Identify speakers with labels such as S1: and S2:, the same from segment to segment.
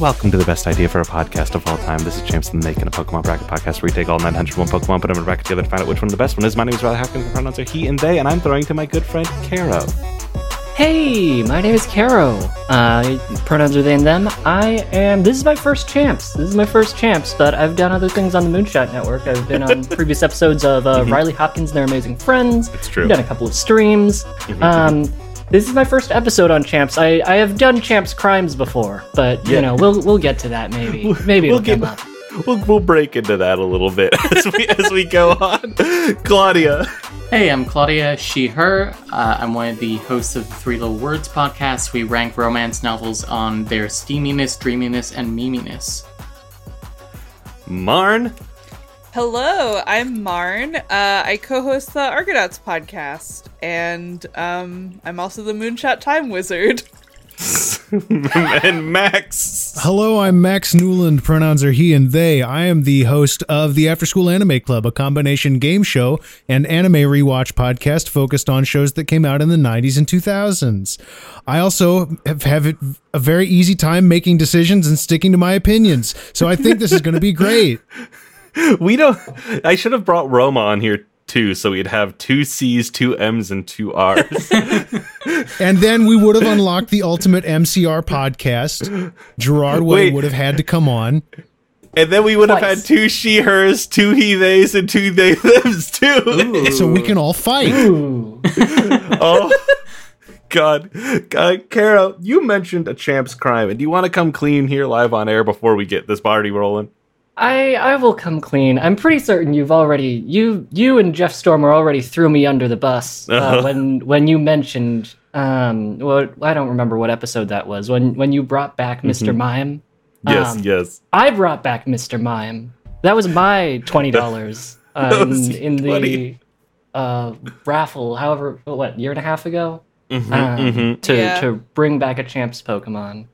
S1: welcome to the best idea for a podcast of all time. This is James from the Making a Pokemon Bracket Podcast, where we take all 901 Pokemon, put them in a bracket together to find out which one the best one is. My name is Riley Hopkins, my pronouns are he and they, and I'm throwing to my good friend Caro.
S2: Hey, my name is Caro. Uh, pronouns are they and them. I am. This is my first champs. This is my first champs, but I've done other things on the Moonshot Network. I've been on previous episodes of uh, Riley Hopkins and Their Amazing Friends.
S1: It's Mm-hmm. true. Mm-hmm,
S2: I've done a couple of streams. Um, this is my first episode on champs. I, I have done champs crimes before, but you
S1: Yeah.
S2: know we'll we'll get to that maybe. Maybe
S1: we'll
S2: it'll come
S1: get-
S2: up.
S1: We'll, we'll break into that a little bit as we as we go on. Claudia.
S3: Hey, I'm Claudia She Her. Uh, I'm one of the hosts of the Three Little Words podcast. We rank romance novels on their steaminess, dreaminess, and meaminess.
S1: Marn.
S4: Hello, I'm Marn. Uh, I co-host the Argonauts podcast, and um, I'm also the Moonshot Time Wizard.
S1: and Max.
S5: Hello, I'm Max Newland. Pronouns are he and they. I am the host of the After School Anime Club, a combination game show and anime rewatch podcast focused on shows that came out in the 90s and 2000s. I also have, have a very easy time making decisions and sticking to my opinions, so I think this is going to be great.
S1: We don't. I should have brought Roma on here too, so we'd have two C's, two M's, and two R's.
S5: And then we would have unlocked the ultimate MCR podcast. Gerard Way
S1: Wait.
S5: would have had to come on.
S1: and then we would have had
S2: Twice.
S1: two she hers, two he theys, and two they thems too.
S5: So we can all fight.
S2: Ooh.
S1: oh. God, uh, Kara, you mentioned a champ's crime, and do you want to come clean here live on air before we get this party rolling?
S2: I I will come clean. I'm pretty certain you've already you you and Jeff Stormer already threw me under the bus uh,
S1: Uh-huh.
S2: when when you mentioned um well I don't remember what episode that was when when you brought back mister Mime.
S1: Yes,
S2: Um,
S1: yes.
S2: I brought back Mister Mime. That was my twenty dollars
S1: That
S2: uh, in,
S1: was
S2: in the
S1: 20.
S2: uh, raffle. However, what year and a half ago?
S1: Mhm,
S2: um,
S1: mhm.
S2: to
S4: Yeah.
S2: to bring back a champs Pokemon.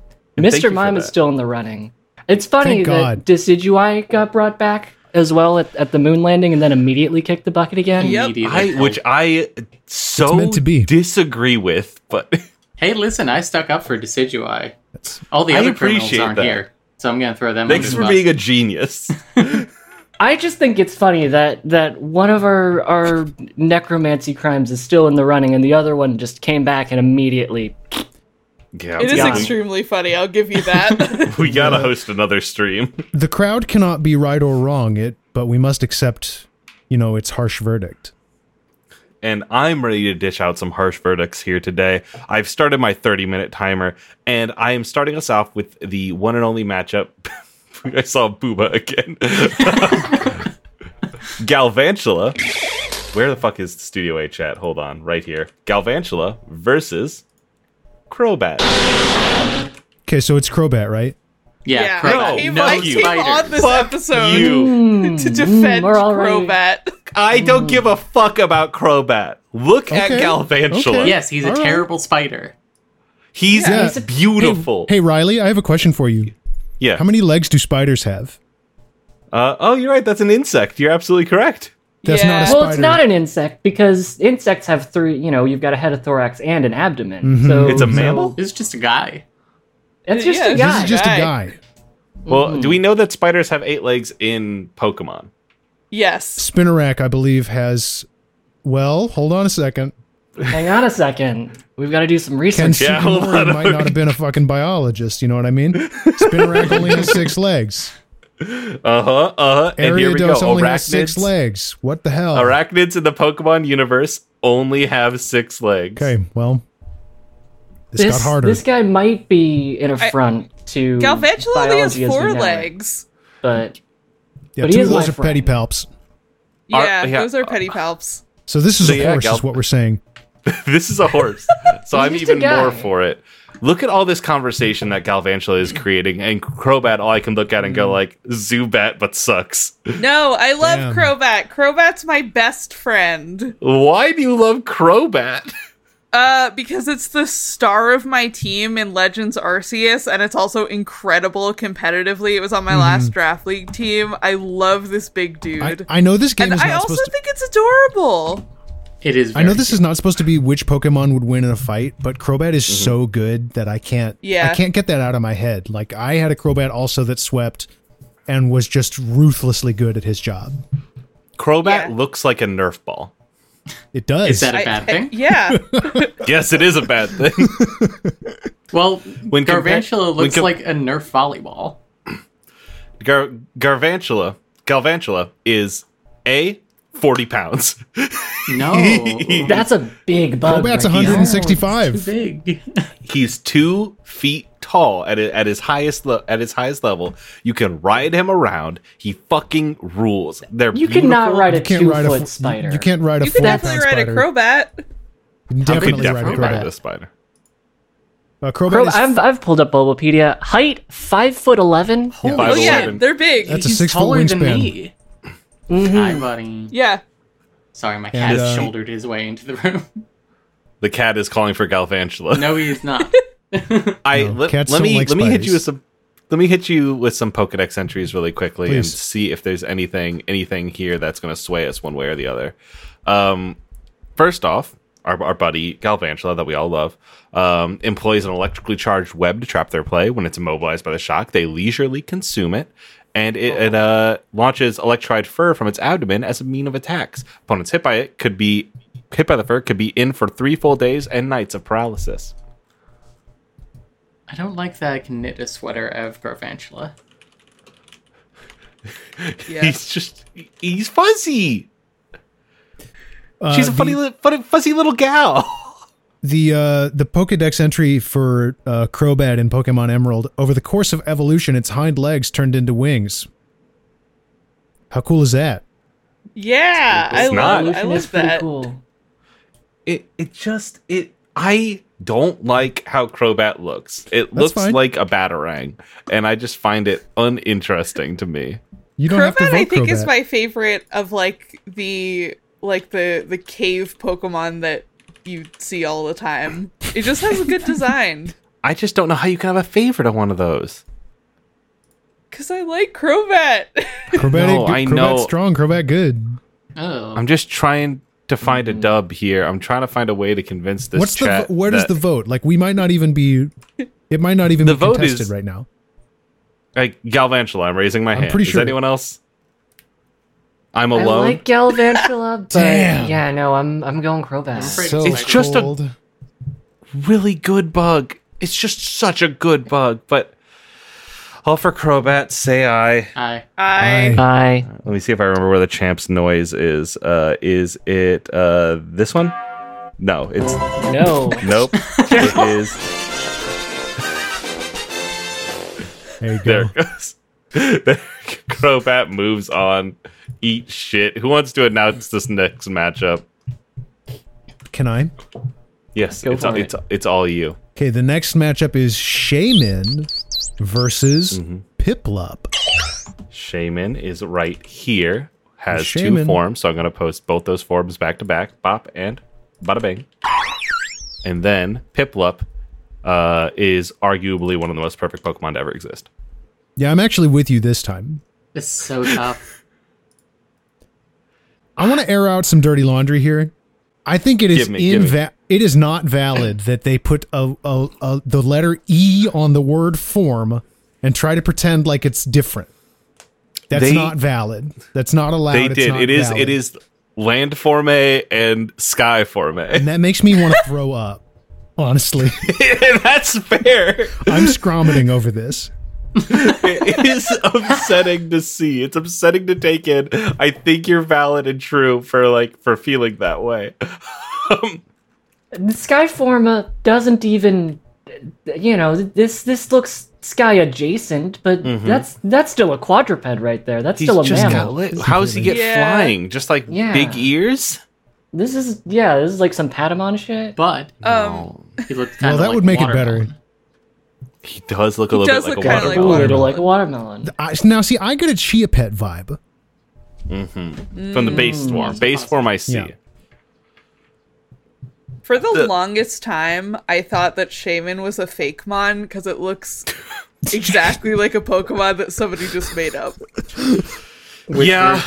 S1: And thank you
S2: Mr.
S1: for
S2: Mime is
S1: that.
S2: still in the running. It's funny
S5: Thank
S2: that
S5: God.
S2: Decidueye got brought back as well at, at the moon landing and then immediately kicked the bucket again.
S4: Yep.
S3: Immediately.
S1: I, which I so
S5: meant to be.
S1: disagree with, but
S3: Hey, listen, I stuck up for Decidueye. All the
S1: I
S3: other criminals
S1: appreciate
S3: aren't
S1: that.
S3: here, so I'm going to throw them
S1: thanks
S3: under
S1: for
S3: the
S1: being
S3: bus.
S1: a genius.
S2: I just think it's funny that that one of our our necromancy crimes is still in the running and the other one just came back and immediately
S1: yeah,
S4: It is
S2: Yeah.
S4: extremely funny. I'll give you that.
S1: We gotta host another stream.
S5: The crowd cannot be right or wrong, it but we must accept, you know, its harsh verdict.
S1: and I'm ready to dish out some harsh verdicts here today. I've started my 30 minute timer, and I am starting us off with the one and only matchup. I saw Booba again. Galvantula. Where the fuck is the Studio A chat? Hold on, right here. Galvantula versus Crobat.
S5: Okay, so it's Crobat, right?
S3: Yeah,
S4: yeah,
S3: Crobat.
S4: I came,
S3: no
S4: I came on
S3: spiders.
S4: this
S1: Fuck
S4: episode Mm.
S1: you.
S4: to defend
S2: Mm, we're all right.
S4: Crobat.
S1: I don't give a fuck about Crobat. Look at
S5: Okay,
S1: Galvantula.
S5: okay.
S3: Yes, he's a
S5: All right.
S3: terrible spider.
S1: He's
S5: Yeah.
S1: beautiful.
S5: Hey, Riley, I have a question for you.
S1: yeah.
S5: How many legs do spiders have?
S1: uh, oh, you're right. That's an insect. You're absolutely correct.
S5: That's
S4: Yeah.
S5: not a
S4: Well,
S5: spider.
S2: Well, it's not an insect because insects have three. You know, you've got a head, a thorax, and an abdomen.
S5: Mm-hmm.
S2: So
S1: It's a
S2: so-
S1: mammal?
S3: It's just a guy.
S2: It's just
S4: Yeah,
S2: a
S4: it's
S5: this
S2: guy.
S5: is just a
S4: Guy.
S5: guy.
S1: Well, do
S5: Hmm.
S1: we know that spiders have eight legs in Pokemon?
S4: Yes,
S5: Spinnerack, I believe, has. Well, hold on a second.
S2: Hang on a second. We've got to do some
S5: Ken
S2: research.
S1: Yeah, hold
S5: Sugimori
S1: on.
S5: might not have been a fucking biologist. You know what I mean? Spinnerack only has six legs.
S1: Uh huh. Uh huh. And here we go.
S5: Ariados only has six
S1: Arachnids.
S5: legs. What the hell?
S1: Arachnids in the Pokemon universe only have six legs.
S5: Okay, well, this,
S2: this,
S5: got harder.
S2: this guy might be an affront to
S4: Galvantula only has
S2: biology as we
S4: four
S2: know it,
S4: legs.
S2: but
S5: yeah,
S2: but he
S5: two
S2: is
S5: of
S2: my
S5: those are
S2: friend.
S5: petty palps.
S1: Are-
S4: Yeah,
S1: yeah,
S4: those are petty palps.
S5: So this is
S1: So
S5: a
S1: yeah,
S5: horse,
S1: Gal-
S5: is what we're saying.
S1: this is a horse. So I'm
S2: just a
S1: even
S2: guy.
S1: more for it. Look at all this conversation that Galvantula is creating, and Crobat. All I can look at and
S5: Hmm.
S1: go like Zubat, but sucks.
S4: No, I love
S5: Damn.
S4: Crobat. Crobat's my best friend.
S1: Why do you love Crobat?
S4: Uh, because it's the star of my team in Legends Arceus, and it's also incredible competitively. It was on my last draft league team. I love this big dude.
S5: Mm-hmm. I, I know this game
S4: and
S5: is
S4: I
S5: not
S4: also
S5: supposed to.
S4: think it's adorable.
S3: It is.
S5: I know
S3: very
S5: this is not supposed to be which Pokemon would win in a fight, but Crobat is
S1: Mm-hmm.
S5: so good that I can't.
S4: Yeah.
S5: I can't get that out of my head. Like I had a Crobat also that swept, and was just ruthlessly good at his job.
S1: Crobat
S4: Yeah.
S1: looks like a Nerf ball.
S5: It does.
S3: Is that a
S4: I-
S3: bad
S4: I-
S3: thing?
S4: yeah.
S1: Yes, it is a bad thing.
S3: Well,
S1: When compa-
S3: Garvantula
S1: when
S3: looks
S1: com-
S3: like a Nerf volleyball.
S1: Gar- Garvantula, Galvantula is a forty pounds.
S3: No,
S2: That's a big bug.
S5: Crobat's
S2: right there.
S5: 165.
S3: too big.
S1: He's two feet tall at i- at his highest le- at his highest level. You can ride him around. He fucking rules. They're
S2: You cannot
S1: beautiful.
S2: ride a
S5: can't ride a
S2: two-foot
S5: f-
S2: spider.
S5: You can't ride a
S4: You could
S5: four pound
S4: definitely ride
S5: spider.
S4: a Crobat. Oh,
S5: You can
S1: You could
S5: definitely,
S1: definitely
S5: ride a Crobat.
S1: ride a spider.
S5: Uh, Crobat
S2: Crobat,
S5: is
S2: I've, I've pulled up Bulbapedia. Height five foot eleven.
S4: Oh
S1: Five
S4: yeah,
S1: eleven.
S4: they're big.
S5: That's a
S3: He's
S5: six-foot
S3: taller than
S5: wingspan.
S3: me. Hi, buddy.
S4: yeah.
S3: Sorry, my cat
S5: And, uh,
S3: shouldered his way into the room.
S1: The cat is calling for Galvantula.
S3: no, he is not.
S1: I
S5: No,
S1: let,
S5: cats
S1: let
S5: don't
S1: me
S5: like
S1: let me hit
S5: spiders.
S1: you with some let me hit you with some Pokedex entries really quickly and
S5: Please.
S1: see if there's anything anything here that's going to sway us one way or the other. Um, first off, our, our buddy Galvantula that we all love um, employs an electrically charged web to trap their prey. When it's immobilized by the shock, they leisurely consume it. And it, it uh, launches electrified fur from its abdomen as a mean of attacks. Opponents hit by it could be hit by the fur could be in for three full days and nights of paralysis.
S3: I don't like that I can knit a sweater out of Garvantula.
S4: Yeah.
S1: He's just he's fuzzy.
S5: uh,
S1: She's a
S5: the-
S1: funny, li- funny fuzzy little gal.
S5: the uh, the Pokedex entry for uh, Crobat in Pokemon Emerald. Over the course of evolution, its hind legs turned into wings. How cool is that?
S4: Yeah. I
S1: It's not.
S4: love I
S2: Evolution is
S4: love
S2: pretty
S4: that.
S2: cool.
S1: It it just it I don't like how Crobat looks. It looks
S5: fine.
S1: like a batarang, and I just find it uninteresting to me.
S5: You don't have to
S4: Crobat
S5: vote
S4: I think
S5: Crobat.
S4: is my favorite of like the like the the cave Pokemon that you see all the time. It just has a good design.
S1: I just don't know how you can have a favorite of one of those.
S4: Cause I like Crobat.
S5: Crobat,
S1: No,
S5: good-
S1: I
S5: Crobat
S1: know.
S5: strong. Crobat good.
S3: Oh,
S1: I'm just trying to find a dub here. I'm trying to find a way to convince this
S5: Mm. What's the
S1: chat.
S5: vo- where does
S1: that-
S5: the vote? Like we might not even be. It might not even
S1: The
S5: be
S1: vote
S5: contested
S1: is-
S5: right now.
S1: like Galvantula? I'm raising my
S5: I'm
S1: hand.
S5: pretty
S1: Is
S5: sure-
S1: anyone else? I'm
S2: I
S1: alone.
S2: like Galvantula, but
S5: Damn.
S2: yeah, no, I'm I'm going Crobat.
S3: I'm afraid
S1: It's just a- really good bug. It's just such a good bug, but all for Crobat, say I.
S3: I
S4: I
S2: Bye.
S1: Let me see if I remember where the champ's noise is. Uh is it uh this one? No, it's
S2: No.
S1: nope. it is
S5: There you go.
S1: there it goes. Crobat moves on. Eat shit. Who wants to announce this next matchup?
S5: Can I?
S1: Yes,
S2: Go
S1: it's
S2: for
S1: all,
S2: it.
S1: it's it's all you.
S5: Okay. The next matchup is Shaman versus
S1: Mm-hmm.
S5: Piplup.
S1: Shaman is right here. Has two
S5: Shaman.
S1: forms, so I'm gonna post both those forms back to back. Bop and bada bing. And then Piplup uh, is arguably one of the most perfect Pokemon to ever exist.
S5: Yeah, I'm actually with you this time.
S3: it's so tough.
S5: I want to air out some dirty laundry here. I think it is
S1: Give me, give me.
S5: inva- it is not valid that they put a, a, a the letter E on the word form and try to pretend like it's different. That's
S1: They-
S5: not valid. That's not allowed.
S1: They
S5: It's
S1: did.
S5: not
S1: It is.
S5: valid.
S1: It is land forme and sky forme.
S5: And that makes me want to throw up. Honestly,
S1: That's fair.
S5: I'm scromiting over this.
S1: it is upsetting to see. It's upsetting to take in. I think you're valid and true for like for feeling that way.
S2: The Skyforma doesn't even, you know, this this looks sky adjacent, but that's that's still a quadruped right there. That's still a mammal.
S1: How does he get
S4: Yeah.
S1: flying? Just like
S2: Yeah.
S1: big ears?
S2: This is yeah, this is like some Patamon shit.
S3: But
S4: um
S3: he looks kind
S5: Well,
S3: of
S5: that
S3: like
S5: would make it
S3: watermelon.
S5: better.
S1: Oh, He does look a little
S4: does
S1: bit like
S4: look
S1: a watermelon.
S4: kinda like
S2: Ooh,
S4: watermelon.
S2: little like a watermelon.
S5: I, now, see, I get a chia pet vibe.
S1: from
S2: Mm.
S1: the base form. Base form, I see.
S5: Yeah.
S4: for the,
S1: The-
S4: longest time I thought that Shaman was a fake mon because it looks exactly like a Pokemon that somebody just made up.
S1: Yeah,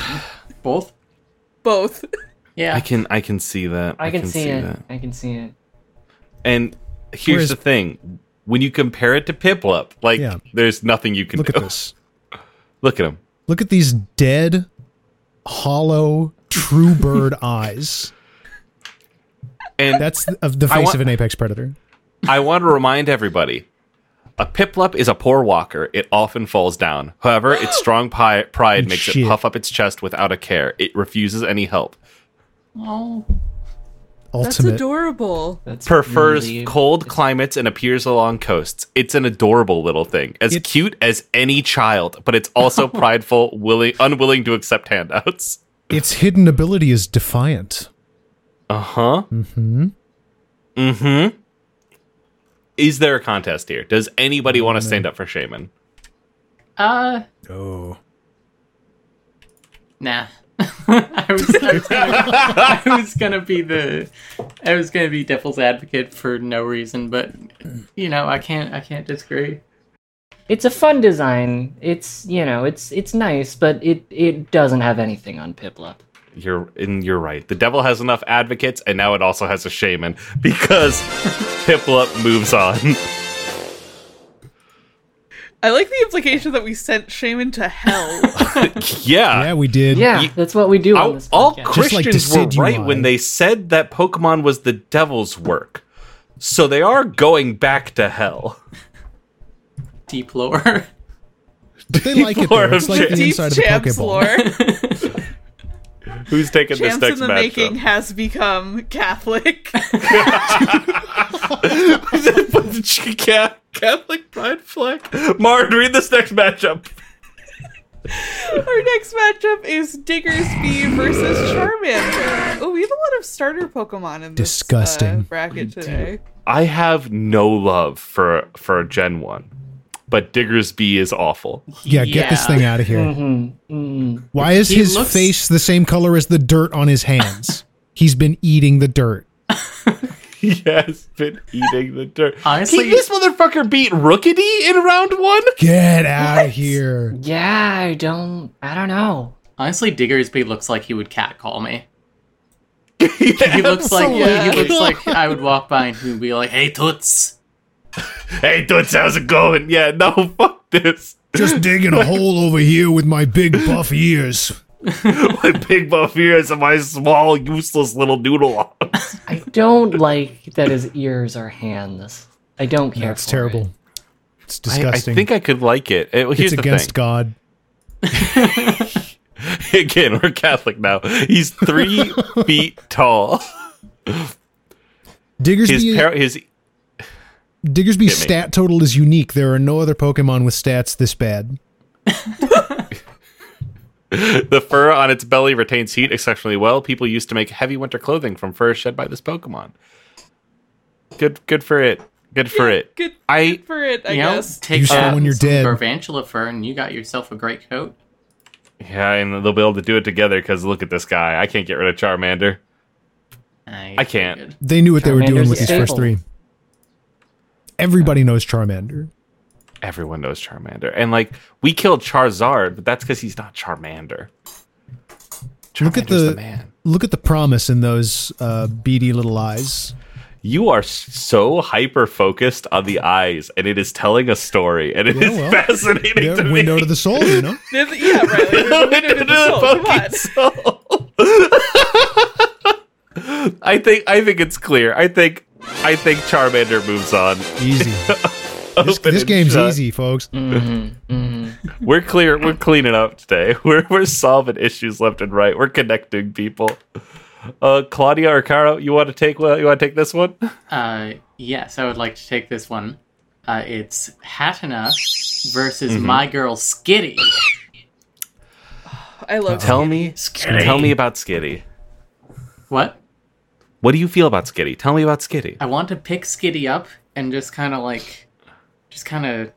S3: Both.
S4: Both.
S3: Yeah.
S1: I can I can see that.
S2: I can, see, it.
S1: that.
S2: I can see it.
S1: And here's
S5: Whereas-
S1: the thing: when you compare it to Piplup, like
S5: Yeah.
S1: there's nothing you can
S5: Look
S1: do.
S5: at this.
S1: Look at him.
S5: Look at these dead, hollow, true bird eyes.
S1: And
S5: That's th- of the
S1: I
S5: face
S1: want-
S5: of an apex predator.
S1: I want to remind everybody a piplup is a poor walker. It often falls down. However, its strong pi- pride makes
S5: Shit.
S1: it puff up its chest without a care. It refuses any help.
S3: Oh,
S4: That's
S5: Ultimate.
S4: adorable.
S2: That's
S1: Prefers
S2: really-
S1: cold climates and appears along coasts. It's an adorable little thing, as
S5: It-
S1: cute as any child, but it's also prideful, willing, unwilling to accept handouts.
S5: Its hidden ability is defiant.
S1: Uh huh. Mm hmm. Mm hmm. Is there a contest here? Does anybody want to stand up for Shaman?
S3: uh,
S5: Oh.
S3: nah. I was, I was, gonna, I was gonna be the, I was gonna be devil's advocate for no reason, but you know, I can't, I can't disagree.
S2: It's a fun design. It's you know, it's it's nice, but it it doesn't have anything on Piplup.
S1: You're and you're right. The devil has enough advocates, and now it also has a shaman because Piplup moves on.
S4: I like the implication that we sent Shaman to hell.
S1: yeah,
S5: Yeah, we did.
S2: Yeah,
S1: Ye-
S2: that's what we do on
S1: all,
S2: this
S1: all
S2: podcast.
S5: Just like
S1: Christians were
S5: Decidueye.
S1: right when they said that Pokemon was the devil's work. So they are going back to hell.
S3: Deep lore.
S5: But they like it
S1: Lore
S5: there. It's
S1: of
S5: like the
S1: Deep
S4: Deep
S5: inside of the
S4: champs
S5: Pokeball.
S4: lore.
S1: Who's taking
S4: Champs
S1: this next
S4: in the
S1: matchup?
S4: making has become Catholic.
S1: Put the ch- ca- Catholic pride flag. Martin, read this next matchup.
S4: Our next matchup is Diggersby versus Charmander. Oh, we have a lot of starter Pokemon in this uh,
S5: Disgusting.
S4: bracket today.
S1: I have no love for for Gen One, but Diggersby is awful.
S5: Yeah, get this
S3: Yeah.
S5: thing out of here.
S2: Mm,
S5: Why is
S3: He
S5: his
S3: looks-
S5: face the same color as the dirt on his hands? He's been eating the dirt.
S1: He has been eating the dirt.
S3: Honestly-
S1: Can this motherfucker beat Rookity in round one?
S5: Get out of here.
S2: yeah, I don't. I don't know.
S3: Honestly, Diggersby looks like he would catcall me.
S1: he
S3: He looks like he
S1: absolutely-
S3: looks like I would walk by and he'd be like, "Hey, toots."
S1: Hey, Toots, how's it going? Yeah, no, fuck this.
S5: Just digging a hole over here with my big buff ears.
S1: my big buff ears and my small, useless little noodle arms.
S2: I don't like that his ears are hands. I don't care.
S5: That's
S2: for
S5: terrible.
S2: it.
S5: It's
S1: I, I
S5: disgusting.
S1: think I could like it. Uh,
S5: it's
S1: Here's the thing.
S5: against God.
S1: Again, we're Catholic now. He's three feet tall.
S5: Diggersby,
S1: His par- his
S5: Diggersby's stat total is unique. There are no other Pokemon with stats this bad.
S1: The fur on its belly retains heat exceptionally well. People used to make heavy winter clothing from fur shed by this Pokemon. Good, good for it. Good for it.
S4: Good,
S1: I-
S4: good for it, I
S3: You know,
S4: guess.
S3: take
S5: You saw
S3: that
S5: when you're
S3: some
S5: dead.
S3: Garvantula fur, and you got yourself a great coat.
S1: Yeah, and they'll be able to do it together because look at this guy. I can't get rid of Charmander.
S3: Uh,
S1: I can't.
S3: figured.
S5: They knew what they were doing
S2: Charmander's
S5: with
S2: a
S5: these first
S2: staple.
S5: three. Everybody knows Charmander.
S1: Everyone knows Charmander, and like we killed Charizard, but that's because he's not Charmander. Charmander's
S5: Look at the,
S1: the man.
S5: look at the promise in those uh, beady little eyes.
S1: You are so hyper focused on the eyes, and it is telling a story, and it is
S5: Yeah, well.
S1: fascinating
S5: Yeah,
S1: to me.
S5: window to the soul, you know.
S4: There's- yeah, right. There's a window to the soul. Come on.
S1: I think I think it's clear. I think I think Charmander moves on.
S5: Easy. this,
S1: Open
S5: this
S1: and
S5: game's
S1: shut.
S5: easy, folks.
S1: We're clear. We're cleaning up today. We're we're solving issues left and right. We're connecting people. Uh, Claudia or Caro, you want to take well, you want to take this one?
S3: Uh, yes, I would like to take this one. Uh, it's Hatena versus
S1: Mm-hmm.
S3: my girl Skitty.
S4: I love
S1: Tell me,
S3: Skitty.
S1: tell me about Skitty.
S3: What?
S1: What do you feel about Skitty? Tell me about Skitty.
S3: I want to pick Skitty up and just kind of like, just kind of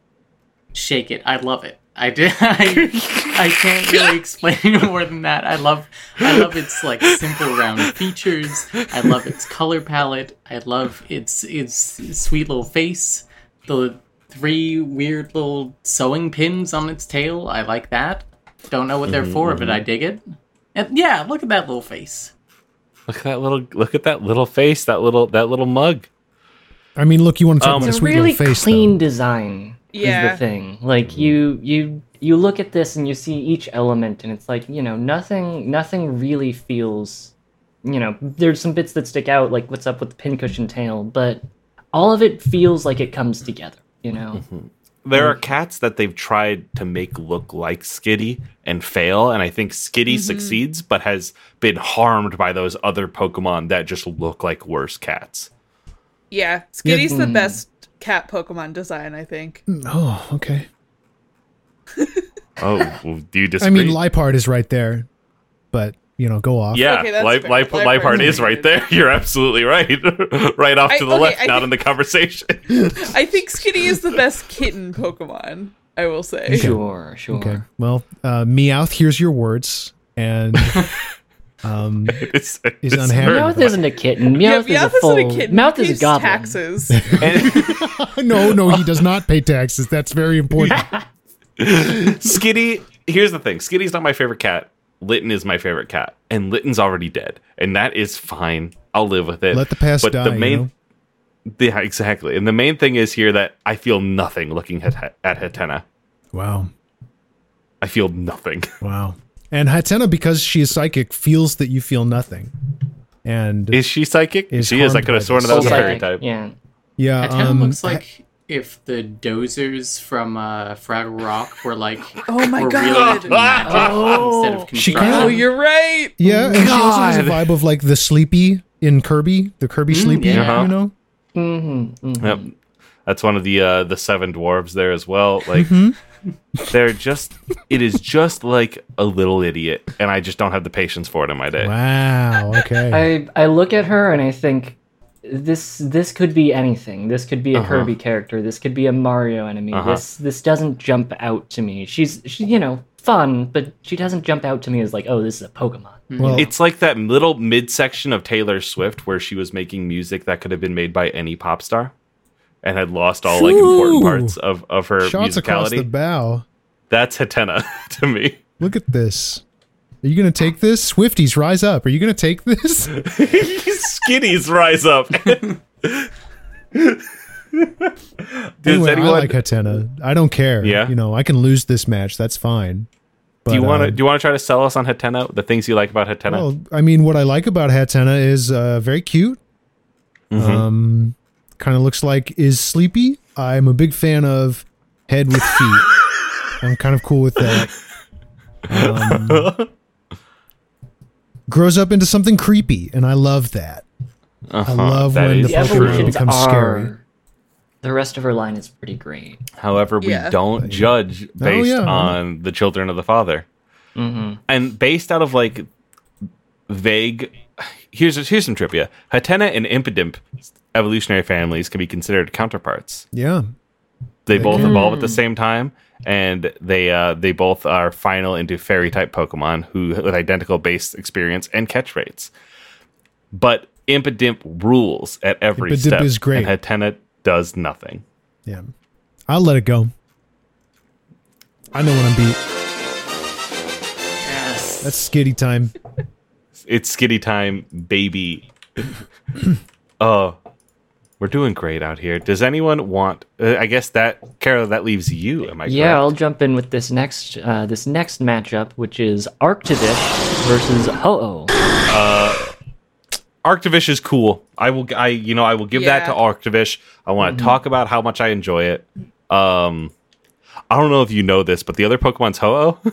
S3: shake it. I love it. I did. I, I can't really explain it more than that. I love. I love its like simple round features. I love its color palette. I love its its sweet little face. The three weird little sewing pins on its tail. I like that. Don't know what they're for, but I dig it. And yeah, look at that little face.
S1: Look at that little look at that little face, that little that little mug.
S5: I mean, look, you want to talk
S1: Um,
S5: about a
S2: It's a
S5: sweet
S2: really
S5: little face,
S2: clean
S5: though.
S2: design is
S4: Yeah.
S2: the thing. Like you you you look at this and you see each element and it's like, you know, nothing nothing really feels you know, there's some bits that stick out, like what's up with the pincushion tail, but all of it feels like it comes together, you know?
S5: Mm-hmm.
S1: There are cats that they've tried to make look like Skitty and fail, and I think
S4: Mm-hmm.
S1: Skitty succeeds but has been harmed by those other Pokemon that just look like worse cats.
S4: Yeah, Skitty's the best cat Pokemon design, I think.
S5: Oh, okay.
S1: Oh, well, do you disagree?
S5: I mean, Lipard is right there, but you know, go off.
S1: yeah,
S4: Okay, that's
S1: Lip,
S4: fair.
S1: Lip,
S4: Lipard's
S1: Lipard is
S4: right
S1: right there. You're absolutely right. right off
S4: I-
S1: to the
S4: okay,
S1: left,
S4: I
S1: not
S4: think-
S1: in the conversation.
S4: I think Skitty is the best kitten Pokemon. I will say.
S2: Sure, sure.
S5: Okay. Well, uh, Meowth hears your words and um,
S1: it's,
S5: He's
S1: it's
S5: unhappy.
S1: hurt.
S2: Meowth isn't a kitten. Meowth
S4: yeah,
S2: is a full. Meowth is a
S4: He's
S2: goblin.
S4: Taxes.
S1: And-
S5: no, no, he does not pay taxes. That's very important.
S1: Skitty, here's the thing. Skitty's not my favorite cat. Litten is my favorite cat, and Litten's already dead, and that is fine. I'll live with it.
S5: Let the past die.
S1: the main, yeah, exactly. And the main thing is here that I feel nothing looking at, at Hetena.
S5: Wow.
S1: I feel nothing.
S5: Wow. And Hatena, because she is psychic, feels that you feel nothing. And
S1: Is she psychic?
S5: Is
S1: she is. I
S5: harmed
S1: could have
S5: by
S1: sworn
S5: this.
S1: that was a
S2: Full
S1: fairy
S2: psychic,
S1: type.
S2: Yeah.
S5: yeah,
S3: That kind
S5: um,
S3: of looks like if the dozers from uh, Fraggle Rock were like,
S4: Oh my
S3: were
S4: God.
S3: Really magic
S2: Oh.
S3: instead of
S5: She
S3: construction.
S5: kinda-
S4: Oh, you're right.
S5: yeah, and she also has a
S1: God.
S5: vibe of like the sleepy in Kirby, the Kirby sleepy,
S1: yeah.
S5: you know?
S2: Mm-hmm,
S1: Yep. That's one of the uh, the seven dwarves there as well. Like
S5: Mm-hmm.
S1: they're just it is just like a little idiot, and I just don't have the patience for it in my day.
S5: Wow. Okay.
S2: I I look at her and I think this this could be anything. This could be a Kirby character. This could be a Mario enemy.
S1: Uh-huh.
S2: This this doesn't jump out to me. She's she you know fun, but she doesn't jump out to me as like oh this is a Pokemon.
S5: well,
S1: It's like that little midsection of Taylor Swift where she was making music that could have been made by any pop star and had lost all like important
S5: Ooh.
S1: parts of, of her
S5: shots across the
S1: musicality.
S5: bow.
S1: That's Hetena to me.
S5: Look at this. Are you going to take this? Swifties, rise up. Are you going to take this?
S1: Skitties rise up. Does
S5: anyway,
S1: anyone
S5: I like Hatena. I don't care.
S1: Yeah?
S5: You know, I can lose this match. That's fine.
S1: do you
S5: But,
S1: want to
S5: um,
S1: do you want to try to sell us on Hetena? The things you like about Hetena?
S5: Well, I mean, what I like about Hatena is uh, very cute. Um, kind of looks like is sleepy. I'm a big fan of head with feet. I'm kind of cool with that. Um, grows up into something creepy, and I love that.
S1: Uh-huh,
S5: love
S1: that
S5: when
S1: is
S5: the
S2: The
S5: Pokemon
S1: true.
S2: evolutions
S5: becomes
S2: are.
S5: scary.
S2: The rest of her line is pretty great.
S1: However, we
S4: Yeah.
S1: don't judge based
S5: Oh, yeah.
S1: on the children of the father, and based out of like vague. Here's here's some trivia: Hatena and Impidimp evolutionary families can be considered counterparts.
S5: Yeah.
S1: They both
S5: can.
S1: evolve at the same time, and they uh, they both are final into fairy type Pokemon who with identical base experience and catch rates. But Impidimp rules at every
S5: Impidimp
S1: step,
S5: is great.
S1: and Hatena does nothing.
S5: Yeah. I'll let it go. I know when I'm beat.
S3: Yes.
S5: That's skitty time.
S1: It's skitty time, baby. Oh, we're doing great out here. Does anyone want? Uh, I guess that Carol, that leaves you. Am I?
S2: Yeah, I'll
S1: correct?
S2: jump in with this next uh, this next matchup, which is Arctivish versus Ho-Oh.
S1: Arctivish is cool. I will. I you know I will give that
S4: Yeah.
S1: to Arctivish. I want to
S5: Mm-hmm.
S1: talk about how much I enjoy it. Um, I don't know if you know this, but the other Pokemon's Ho-Oh.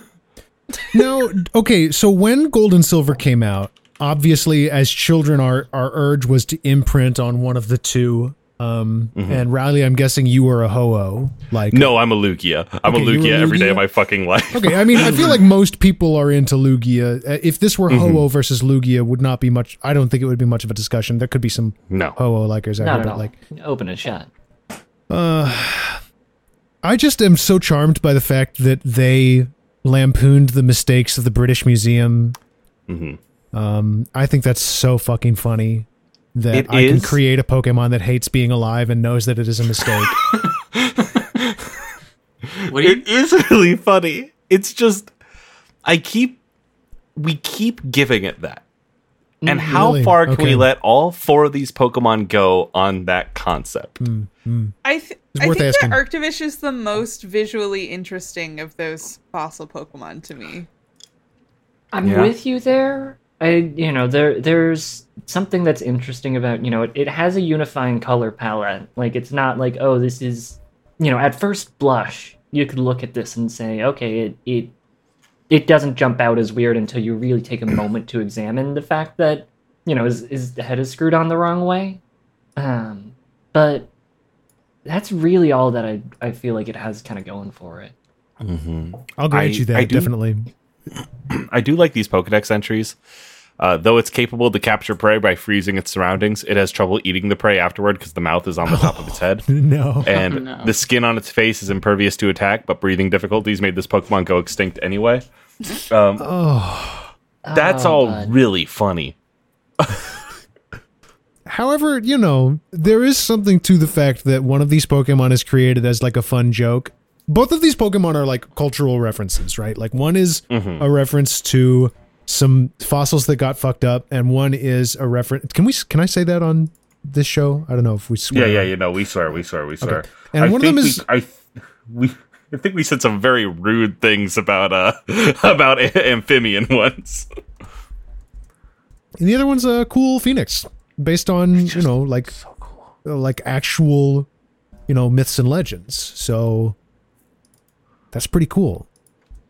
S5: No, okay, so when Gold and Silver came out, obviously as children our our urge was to imprint on one of the two. Um and Riley, I'm guessing you were a Ho-Oh. Like
S1: no, I'm a Lugia. I'm
S5: Okay,
S1: a
S5: you were
S1: Lugia every day
S5: Lugia?
S1: of my fucking life.
S5: Okay, I mean, I feel like most people are into Lugia. Uh, If this were Ho-Oh versus Lugia would not be much I don't think it would be much of a discussion. There could be some
S1: No.
S5: Ho-Oh likers out
S2: Not
S5: here,
S2: at
S5: but
S2: all.
S5: like
S2: Open a shot.
S5: I just am so charmed by the fact that they lampooned the mistakes of the British Museum.
S1: Mm-hmm.
S5: Um, I think that's so fucking funny that
S1: It
S5: I can
S1: is.
S5: create a Pokemon that hates being alive and knows that it is a mistake.
S3: What do you?
S1: It is really funny. It's just I keep we keep giving it that. And how
S5: Mm, Really?
S1: far can
S5: Okay.
S1: we let all four of these Pokemon go on that concept?
S5: Mm.
S4: I, th-
S5: It's
S4: I
S5: worth
S4: think
S5: asking.
S4: that Arctovish is the most visually interesting of those fossil Pokemon to me.
S2: I'm
S1: Yeah.
S2: with you there. I, you know, there there's something that's interesting about, you know, it, it has a unifying color palette. Like it's not like, oh, this is, you know, at first blush, you could look at this and say, okay, it it it doesn't jump out as weird until you really take a moment to examine the fact that, you know, his his head is screwed on the wrong way. Um, but that's really all that I I feel like it has kind of going for it.
S5: I'll grant
S1: I-
S5: you that
S1: I do-
S5: definitely.
S1: Mm-hmm. I do like these Pokedex entries. Uh, though it's capable to capture prey by freezing its surroundings, it has trouble eating the prey afterward because the mouth is on the top of its head.
S5: No.
S1: And
S3: Oh, no.
S1: the skin on its face is impervious to attack, but breathing difficulties made this Pokemon go extinct anyway. Um, that's
S2: Oh,
S1: all
S2: God.
S1: really funny.
S5: However, you know, there is something to the fact that one of these Pokemon is created as like a fun joke. Both of these Pokemon are like cultural references, right? Like one is
S1: Mm-hmm.
S5: a reference to some fossils that got fucked up, and one is a reference. Can we? Can I say that on this show? I don't know if we
S1: Yeah,
S5: swear.
S1: yeah, you know, we swear, we swear, we swear.
S5: And one of
S1: think
S5: them
S1: we-
S5: is-
S1: I, th- we, I think we said some very rude things about uh about amphibian ones.
S5: And the other one's a cool phoenix, based on you know like uh, like actual you know myths and legends. So that's pretty cool.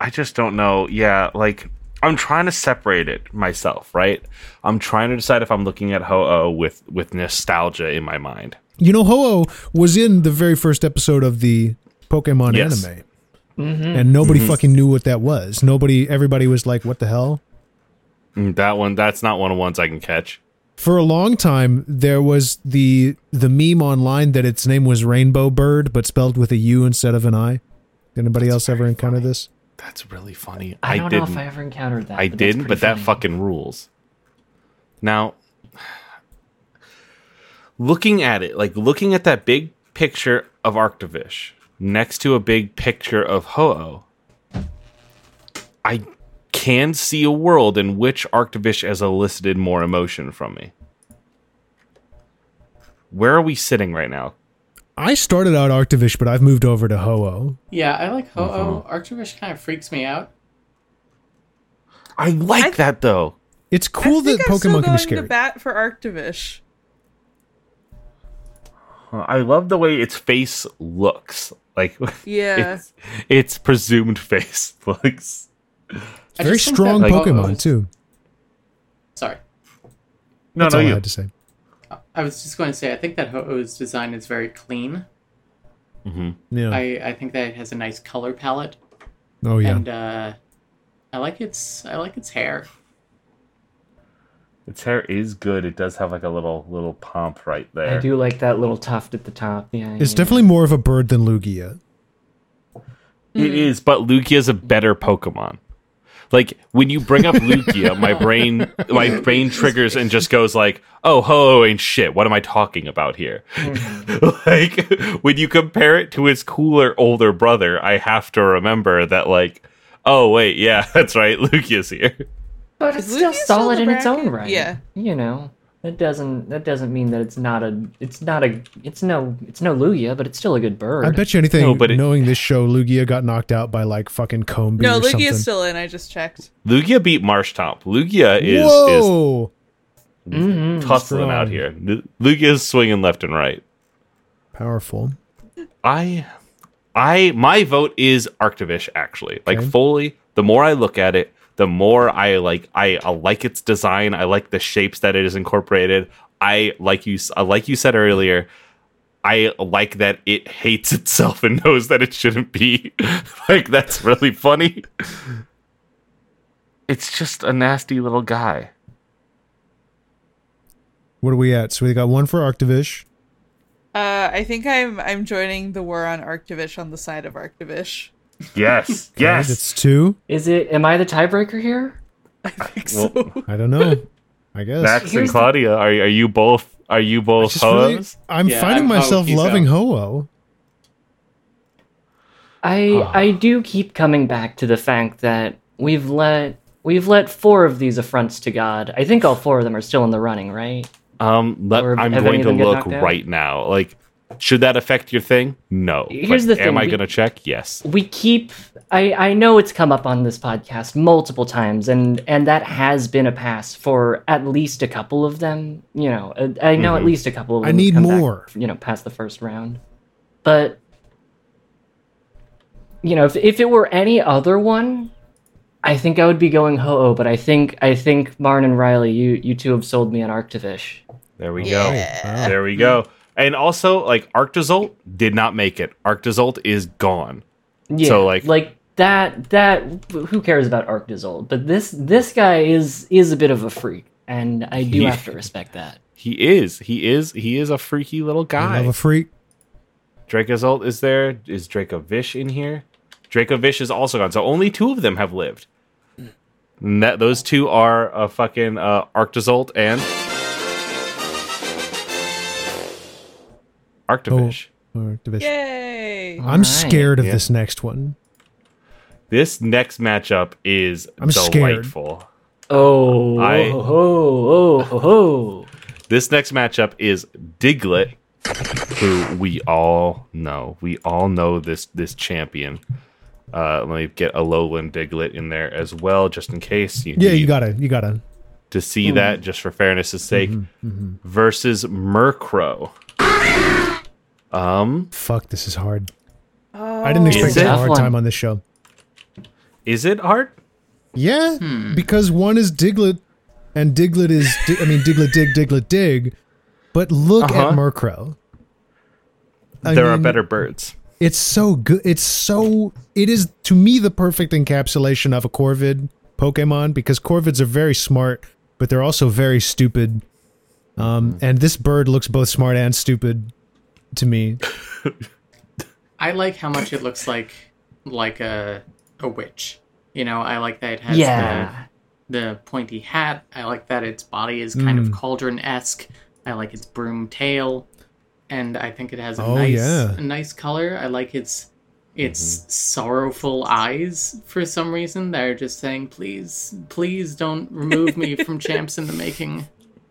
S1: I just don't know. Yeah, like I'm trying to separate it myself, right? I'm trying to decide if I'm looking at Ho-Oh with with nostalgia in my mind.
S5: You know, Ho-Oh was in the very first episode of the Pokemon
S1: Yes. Mm-hmm.
S5: anime. And nobody fucking knew what that was. Nobody, everybody was like, what the hell?
S1: Mm, That one, that's not one of ones I can catch.
S5: For a long time, there was the the meme online that its name was Rainbow Bird, but spelled with a U instead of an I. Anybody else ever encounter this?
S1: That's really funny.
S2: I
S1: I,
S2: don't know
S1: didn't.
S2: if I ever encountered that.
S1: I
S2: that's
S1: didn't,
S2: pretty
S1: but that
S2: funny.
S1: fucking rules. Now, looking at it, like looking at that big picture of Arctovish next to a big picture of Ho-Oh, I can see a world in which Arctovish has elicited more emotion from me. Where are we sitting right now?
S5: I started out Arctivish, but I've moved over to Ho-Oh.
S3: Yeah, I like Ho Oh.
S5: Uh-huh.
S3: Archivist kind of freaks me out.
S1: I like that though.
S5: It's cool
S4: I think
S5: that
S4: I'm still
S5: Pokemon can
S4: going
S5: be
S4: to
S5: scary.
S4: bat for Arctovish.
S1: I love the way its face looks. Like
S4: Yeah.
S1: it's, its presumed face looks.
S3: I
S5: Very
S3: just think
S5: strong
S3: that
S5: Pokemon,
S3: Ho-Oh's-
S5: too.
S3: Sorry.
S1: No,
S5: That's
S1: no,
S5: all I
S1: you.
S5: had to say.
S3: I was just going to say, I think that Ho Oh's design is very clean.
S5: Yeah.
S3: I, I think that it has a nice color palette.
S5: oh, yeah.
S3: And uh, I like its I like its hair.
S1: Its hair is good. It does have like a little little pomp right
S2: I
S1: there.
S2: do like that little tuft at the top. Yeah,
S5: it's
S2: yeah.
S5: definitely more of a bird than Lugia.
S1: It is, but Lugia's a better Pokemon. Like when you bring up Lugia, my brain my brain triggers and just goes like, "Oh, ho, and shit. What am I talking about here?"
S5: Mm.
S1: like when you compare it to his cooler older brother, I have to remember that like, "Oh, wait, yeah, that's right. Lugia's here."
S2: but it's
S4: Is
S2: still
S4: Lugia still
S2: solid
S4: in
S2: in
S4: the
S2: its own
S4: bracket?
S2: right.
S4: Yeah.
S2: you know that doesn't that doesn't mean that it's not a it's not a it's no it's no Lugia, but it's still a good bird.
S5: I bet you anything,
S1: No, but it-
S5: knowing this show, Lugia got knocked out by like fucking Combi
S4: No,
S5: or something.
S4: Lugia's still in. I just checked.
S1: Lugia beat Marshtomp. Lugia is
S5: Whoa! Mm,
S1: is tussling
S5: Strong.
S1: out here. Lu- Lugia's swinging left and right.
S5: Powerful.
S1: I I my vote is Arctivish actually. Like
S5: Okay.
S1: Foley, the more I look at it, the more I like I, I like its design. I like the shapes that it is incorporated. I like you s- uh, like you said earlier, I like that it hates itself and knows that it shouldn't be. like that's really funny. It's just a nasty little guy.
S5: What are we at? So we got one for Arctivish.
S4: Uh, I think I'm I'm joining the war on Arctovish on the side of Arctovish.
S1: Yes.
S5: Right, That's two.
S2: Is it? Am I the tiebreaker here?
S1: Well,
S5: I don't know. I guess.
S1: Max and
S2: Here's the-
S1: Claudia, are are you both are you both
S5: Just really-
S1: hoes?
S5: I'm
S3: Yeah,
S5: finding
S3: I'm-
S5: myself
S3: oh, he's
S5: loving Ho-Oh.
S2: I I do keep coming back to the fact that we've let We've let four of these affronts to God. I think all four of them are still in the running, right?
S1: Um, let,
S2: Or
S1: I'm
S2: have any
S1: going
S2: of
S1: to
S2: them get
S1: look
S2: knocked out?
S1: right now. Like, should that affect your thing? No.
S2: Here's
S1: But
S2: the
S1: Am
S2: thing,
S1: I
S2: we-
S1: going to check? Yes.
S2: we keep I, I know it's come up on this podcast multiple times and and that has been a pass for at least a couple of them you know uh, i know at least a couple of
S5: Mm-hmm. I
S2: them
S5: need
S2: come back,
S5: more.
S2: you know past the first round but you know if, if it were any other one i think i would be going ho-oh but i think i think marn and riley you you two have sold me on arctivish
S1: There we go.
S5: Yeah.
S1: There we go. And also, like Arctozolt did not make it. Arctozolt is gone.
S2: Yeah,
S1: So, like-
S2: like that that who cares about Arctizold? But this this guy is is a bit of a freak, and I do
S1: He-
S2: have to respect that.
S1: He is. He is. He is a freaky little
S5: I
S1: guy.
S5: love a freak.
S1: Dracozolt is there. Is Dracovish in here? Dracovish is also gone. So only two of them have lived. And that those two are a fucking uh, Arctozolt and Arctovish.
S5: Or division.
S4: Yay!
S5: I'm
S2: Alright.
S5: scared of
S1: Yeah.
S5: this next one.
S1: This next matchup is
S5: I'm scared.
S1: delightful.
S2: Oh,
S1: I-
S2: ho, ho, oh, ho, ho.
S1: This next matchup is Diglett, who we all know. We all know this this champion. Uh, let me get a lowland Diglett in there as well, just in case you
S5: Yeah,
S1: need
S5: you gotta, you gotta.
S1: to see
S5: Hmm.
S1: that, just for fairness' sake.
S5: Mm-hmm.
S1: Versus Murkrow. Um,
S5: Fuck, this is hard. I didn't expect
S1: Is
S5: to have
S1: it?
S5: a hard
S2: Tough
S5: time
S2: one.
S5: on this show.
S1: is it hard?
S5: Yeah,
S1: Hmm.
S5: because one is Diglett, and Diglett is, Di- I mean, Diglett, Dig, Diglett, Dig. But look
S1: Uh-huh.
S5: at Murkrow. I
S1: there are
S5: mean,
S1: better birds.
S5: It's so good. It's so. It is to me the perfect encapsulation of a Corvid Pokemon because Corvids are very smart, but they're also very stupid. Um,
S1: Hmm.
S5: and this bird looks both smart and stupid to me.
S3: I like how much it looks like like a a witch. You know, I like that it has
S2: yeah,
S3: the, the pointy hat. I like that its body is kind of cauldron esque. I like its broom tail, and I think it has a
S5: Oh,
S3: nice
S5: yeah.
S3: a nice color. I like its its sorrowful eyes for some reason. They're just saying, "Please, please don't remove me from champs in the making."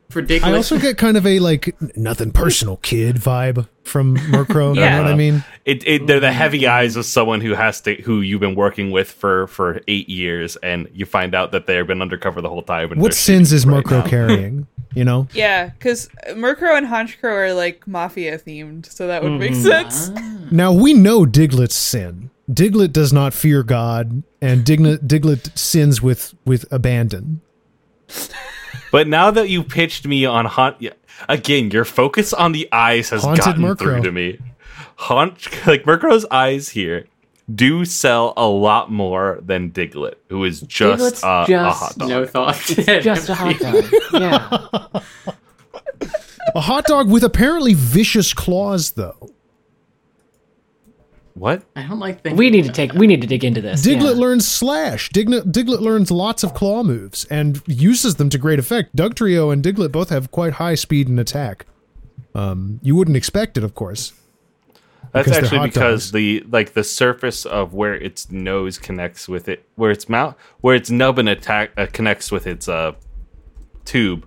S3: For Diglett.
S5: I also get kind of a like nothing personal kid vibe from Murkrow. You
S4: Yeah.
S5: know what I mean?
S1: It, it they're the heavy
S5: Mm-hmm.
S1: eyes of someone who has to who you've been working with for for eight years, and you find out that they've been undercover the whole time. and
S5: What
S1: they're
S5: sins
S1: shooting
S5: is
S1: you right
S5: Murkrow
S1: now.
S5: carrying? You know,
S4: Yeah, because Murkrow and Honchkrow are like mafia themed, so that would make
S2: Mm-hmm.
S4: sense.
S5: Now we know Diglett's sin. Diglett does not fear God, and Digna- Diglett sins with with abandon.
S1: But now that you pitched me on haunt, yeah, again, your focus on the eyes has
S5: Haunted
S1: gotten
S5: Murkrow.
S1: through to me. Haunt like Murkrow's eyes here do sell a lot more than Diglett, who is just,
S2: Diglett's
S1: uh, a
S2: just-
S1: hot dog.
S3: no thought.
S2: just a hot dog. Yeah,
S5: A hot dog with apparently vicious claws, though.
S1: What?
S3: I don't like thinking.
S2: we need to take we need to dig into this.
S5: Diglett
S2: yeah.
S5: learns slash. Digna- Diglett learns lots of claw moves and uses them to great effect. Dugtrio and Diglett both have quite high speed and attack. Um, you wouldn't expect it, of course.
S1: That's
S5: Because they're
S1: actually
S5: hot
S1: because
S5: dogs.
S1: the like the surface of where its nose connects with it, where its mouth, where its nub and attack uh, connects with its uh tube.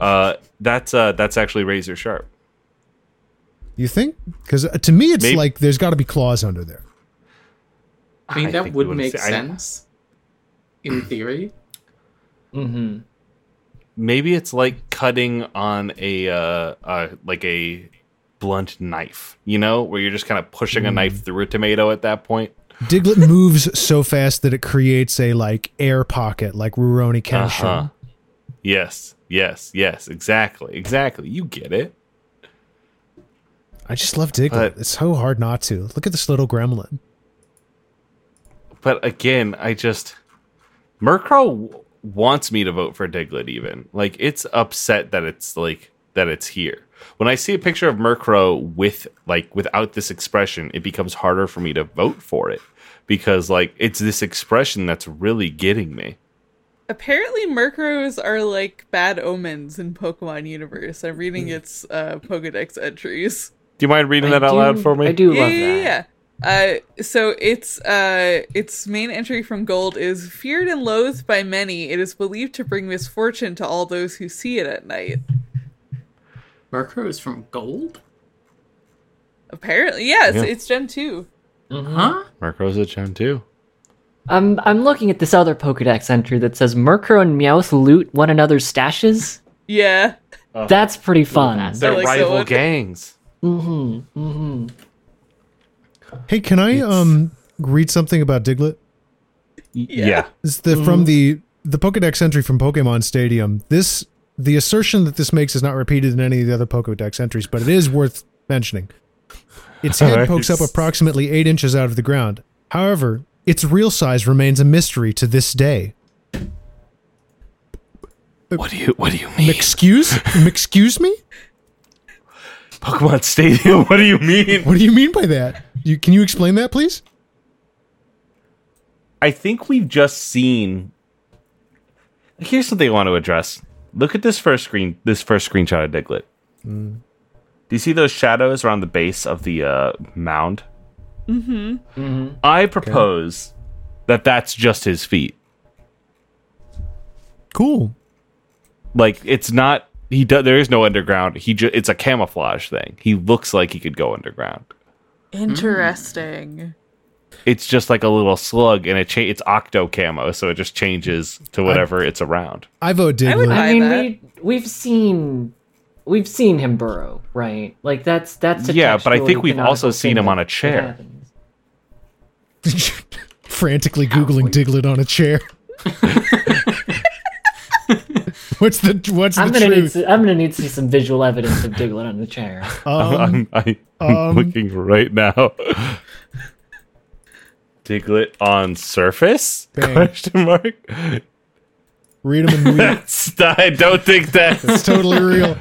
S1: Uh, that's uh that's actually razor sharp.
S5: You think? Because to me, it's
S1: Maybe-
S5: like there's got to be claws under there.
S3: I mean,
S1: I
S3: that
S1: think
S3: would
S1: you would
S3: make
S1: say- I-
S3: sense in theory.
S2: Mm-hmm.
S1: maybe it's like cutting on a uh, uh like a blunt knife you know where you're just kind of pushing a
S5: Mm.
S1: knife through a tomato at that point
S5: Diglett moves so fast that it creates a like air pocket, like Ruroni Kenshin.
S1: Uh-huh. yes yes yes exactly exactly you get it
S5: I just love Diglett.
S1: But-
S5: it's so hard not to. Look at this little gremlin.
S1: but again i just murkrow w- wants me to vote for diglett even like it's upset that it's like that it's here when i see a picture of murkrow with like without this expression it becomes harder for me to vote for it because like it's this expression that's really getting me
S4: Apparently, Murkrows are like bad omens in Pokemon universe. I'm
S2: Mm.
S4: reading its uh, Pokedex entries.
S1: Do you mind reading
S2: I
S1: that out
S2: do-
S1: loud for me?
S2: I do
S4: Yeah,
S2: love
S4: yeah,
S2: that.
S4: yeah. Uh, so its uh, its main entry from Gold is feared and loathed by many. It is believed to bring misfortune to all those who see it at night.
S3: Murkrow is from gold?
S4: Apparently, yes,
S1: Yeah.
S4: it's Gen two.
S3: Huh?
S1: Murkrow's a gem too.
S2: I'm I'm looking at this other Pokedex entry that says Murkrow and Meowth loot one another's stashes.
S4: Yeah,
S1: Oh.
S2: That's pretty fun.
S1: They're
S4: like that
S1: rival
S4: one.
S1: gangs.
S2: Mm-hmm. Mm-hmm.
S5: Hey, can I um read something about Diglett?
S1: Yeah.
S5: It's the
S1: Mm-hmm.
S5: from the the Pokedex entry from Pokemon Stadium. This the assertion that this makes is not repeated in any of the other Pokedex entries, but it is worth mentioning. Its head
S1: Alright.
S5: pokes up approximately eight inches out of the ground. However, its real size remains a mystery to this day.
S1: What do you What do you mean?
S5: Excuse? Excuse me?
S1: Pokemon Stadium. What do you mean?
S5: What do you mean by that? You, can you explain that, please?
S1: I think we've just seen. Here's something I want to address. Look at this first screen. This first screenshot of Diglett. Do you see those shadows around the base of the uh, mound? Mm-hmm. I propose that that's just his feet.
S5: Cool.
S1: Like it's not. He does. There is no underground. He. Ju- it's a camouflage thing. He looks like he could go underground.
S4: Interesting.
S1: It's just like a little slug, and it cha- it's octo camo, so it just changes to whatever it's around.
S5: I vote Diglett.
S4: I would buy
S2: I mean,
S4: that.
S2: we we've seen we've seen him burrow, right? Like that's that's a
S1: Yeah, but I
S2: textually
S1: think we've also
S2: canonical
S1: seen
S2: thing
S1: him
S2: that-
S1: on a
S2: that
S1: chair.
S2: happens.
S5: frantically googling Diglett on a chair. what's the what's
S2: I'm
S5: the
S2: gonna need
S5: truth?
S2: to, I'm gonna need to see some visual evidence of Diglett on the chair.
S5: Um,
S1: I'm, I- I'm
S5: um.
S1: looking right now. Diglett on surface?
S5: Bang.
S1: Question mark.
S5: read them and read.
S1: That's, I don't think
S5: It's
S1: that.
S5: totally real.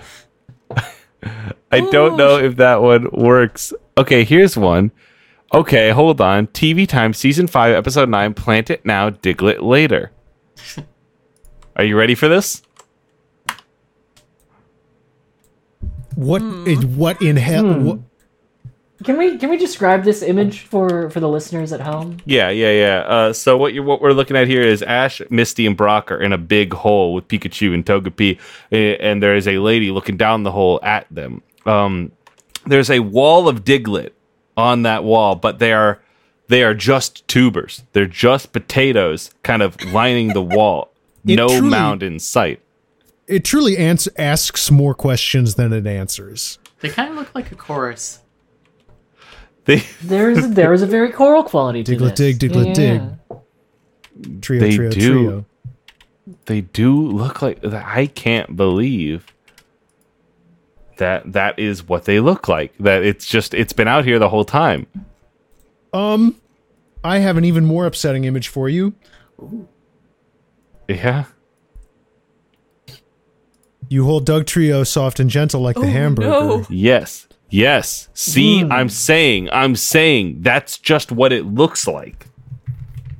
S1: I don't know if that one works. Okay, here's one. Okay, hold on. TV time, season five, episode nine. Plant it now. Diglett later. Are you ready for this?
S5: What it- what in hell? What,
S2: Can we can we describe this image for for the listeners at home?
S1: Yeah, yeah, yeah. Uh, so what you're what we're looking at here is Ash, Misty, and Brock are in a big hole with Pikachu and Togepi, eh, and there is a lady looking down the hole at them. Um, there's a wall of Diglett on that wall, but they are they are just tubers. They're just potatoes, kind of lining the wall.
S5: It
S1: no
S5: truly-
S1: mound in sight.
S5: it truly ans- asks more questions than it answers.
S3: They kind of look like a chorus.
S1: They
S2: There is there is a very choral quality to
S5: Diglett
S2: this.
S5: dig, Diglett dig. Trio,
S1: They
S5: trio,
S1: do.
S5: trio.
S1: they do look like I can't believe that that is what they look like. That it's just it's been out here the whole time.
S5: Um, I have an even more upsetting image for you.
S1: Yeah.
S5: You hold Doug Trio soft and gentle like the Mm. hamburger.
S4: no.
S1: Yes. Yes. See, I'm saying, I'm saying that's just what it looks like.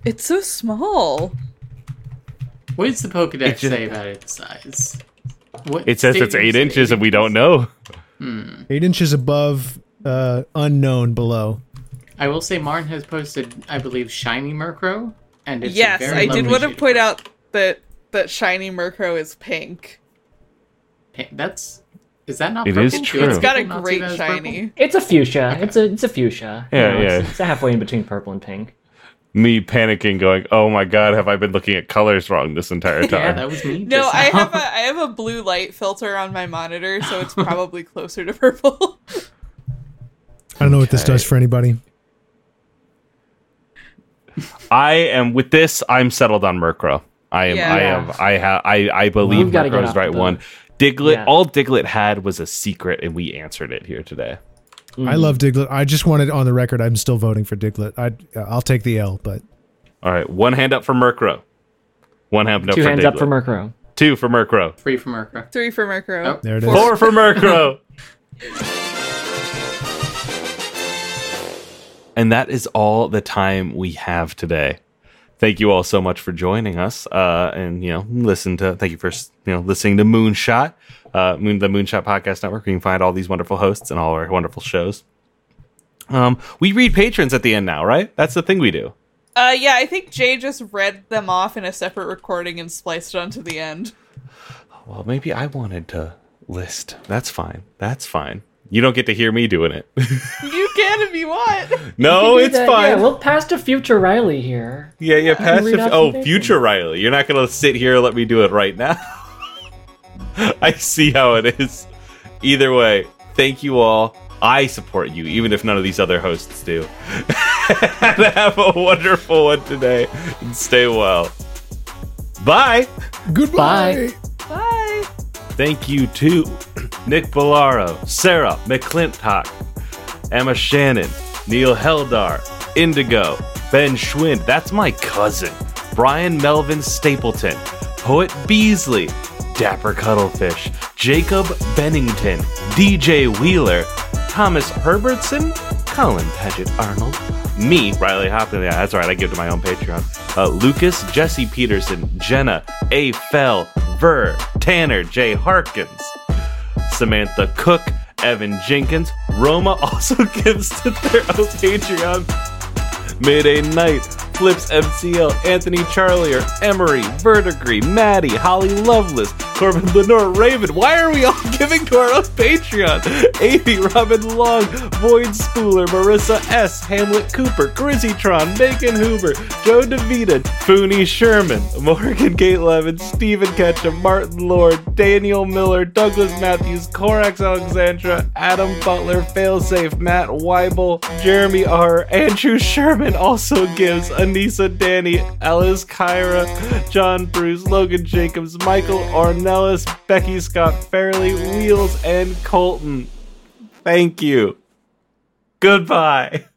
S4: It's so small.
S3: What does the Pokedex
S1: It just-
S3: say about its size? What
S1: It says it's
S3: statement
S1: eight
S3: is
S1: inches and we don't know.
S5: Eight inches above, uh, unknown below.
S3: I will say Marn has posted, I believe, shiny Murkrow, and it's a
S4: yes,
S3: very
S4: I did
S3: lovely
S4: want to
S3: shade.
S4: point out that that shiny Murkrow is pink.
S3: Pa- That's is that not?
S1: It
S3: purple?
S1: is
S3: Do
S1: true.
S3: other
S1: It's
S4: Got a
S3: people not see
S4: great
S3: that as purple?
S4: shiny.
S2: It's a fuchsia. It's a it's a fuchsia.
S1: Yeah,
S2: it's-
S1: yeah.
S2: It's, a halfway in between purple and pink.
S1: Me panicking, going, oh my God, have I been looking at colors wrong this entire
S3: Yeah,
S1: time?
S3: that was me.
S4: No,
S3: just
S4: I
S3: now.
S4: have a I have a blue light filter on my monitor, so it's probably closer to purple.
S5: I don't know what this
S1: Okay.
S5: does for anybody.
S1: I am with this, I'm settled on Murkrow. I am, I
S4: Yeah.
S1: am, I have, I, I believe
S2: We've gotta get
S1: Murkrow's
S2: off
S1: the right
S2: the-
S1: one. Diglett,
S2: Yeah.
S1: all Diglett had was a secret and we answered it here today.
S5: I love Diglett. I just wanted on the record. I'm still voting for Diglett. I I'll take the L, but
S1: All right. One hand up for Murkrow. One hand up
S2: Two
S1: for
S2: hands
S1: Diglett.
S2: up for Murkrow.
S1: Two for Murkrow.
S3: free from Murkrow.
S4: Three for Murkrow.
S3: Oh.
S5: there it is.
S1: Four for Murkrow. and that is all the time we have today. Thank you all so much for joining us, uh, and you know, listen to. Thank you for you know listening to Moonshot, uh, Moon the Moonshot Podcast Network. You can find all these wonderful hosts and all our wonderful shows Um, we read patrons at the end now, right? That's the thing we do.
S4: Uh, yeah, I think Jay just read them off in a separate recording and spliced it onto the end.
S1: Well, maybe I wanted to list. That's fine. That's fine. You don't get to hear me doing it.
S4: You can if you want.
S5: Oh,
S1: no, it's fine.
S2: Yeah, we'll pass to future Riley here.
S1: Yeah, yeah, pass
S2: read
S1: the
S2: off
S1: oh,
S2: some
S1: future Riley. You're not gonna sit here and let me do it right now. I see how it is. Either way, thank you all. I support you, even if none of these other hosts do. and have a wonderful one today and stay well. Bye.
S5: Goodbye.
S4: Bye.
S1: Thank you to Nick Bellaro, Sarah McClintock, Emma Shannon, Neil Heldar, Indigo, Ben Schwind, that's my cousin, Brian Melvin Stapleton, Poet Beasley, Dapper Cuttlefish, Jacob Bennington, DJ Wheeler, Thomas Herbertson, Colin Paget Arnold, me, Riley Hopkins, yeah, that's right, I give to my own Patreon, uh, Lucas, Jesse Peterson, Jenna, A. Fell, Ver, Tanner, J. Harkins. Samantha Cook, Evan Jenkins. Roma also gives to their own Patreon. Mayday Night, Flips MCL, Anthony Charlier, Emery, Verdigris, Maddie, Holly Lovelace, Corbin Lenore Raven. Why are we all giving to our own Patreon? Amy, Robin Long, Void Spooler, Marissa S., Hamlet Cooper, Grizzitron, Megan Hoover, Joe DeVita, Fooney Sherman, Morgan Gate Levin, Stephen Ketchum, Martin Lord, Daniel Miller, Douglas Matthews, Corax Alexandra, Adam Butler, Failsafe, Matt Weibel, Jeremy R., Andrew Sherman also gives, Anissa Danny, Alice Kyra, John Bruce, Logan Jacobs, Michael Ornelas, Becky Scott Fairley, Wheels, and Colton. Thank you. Goodbye.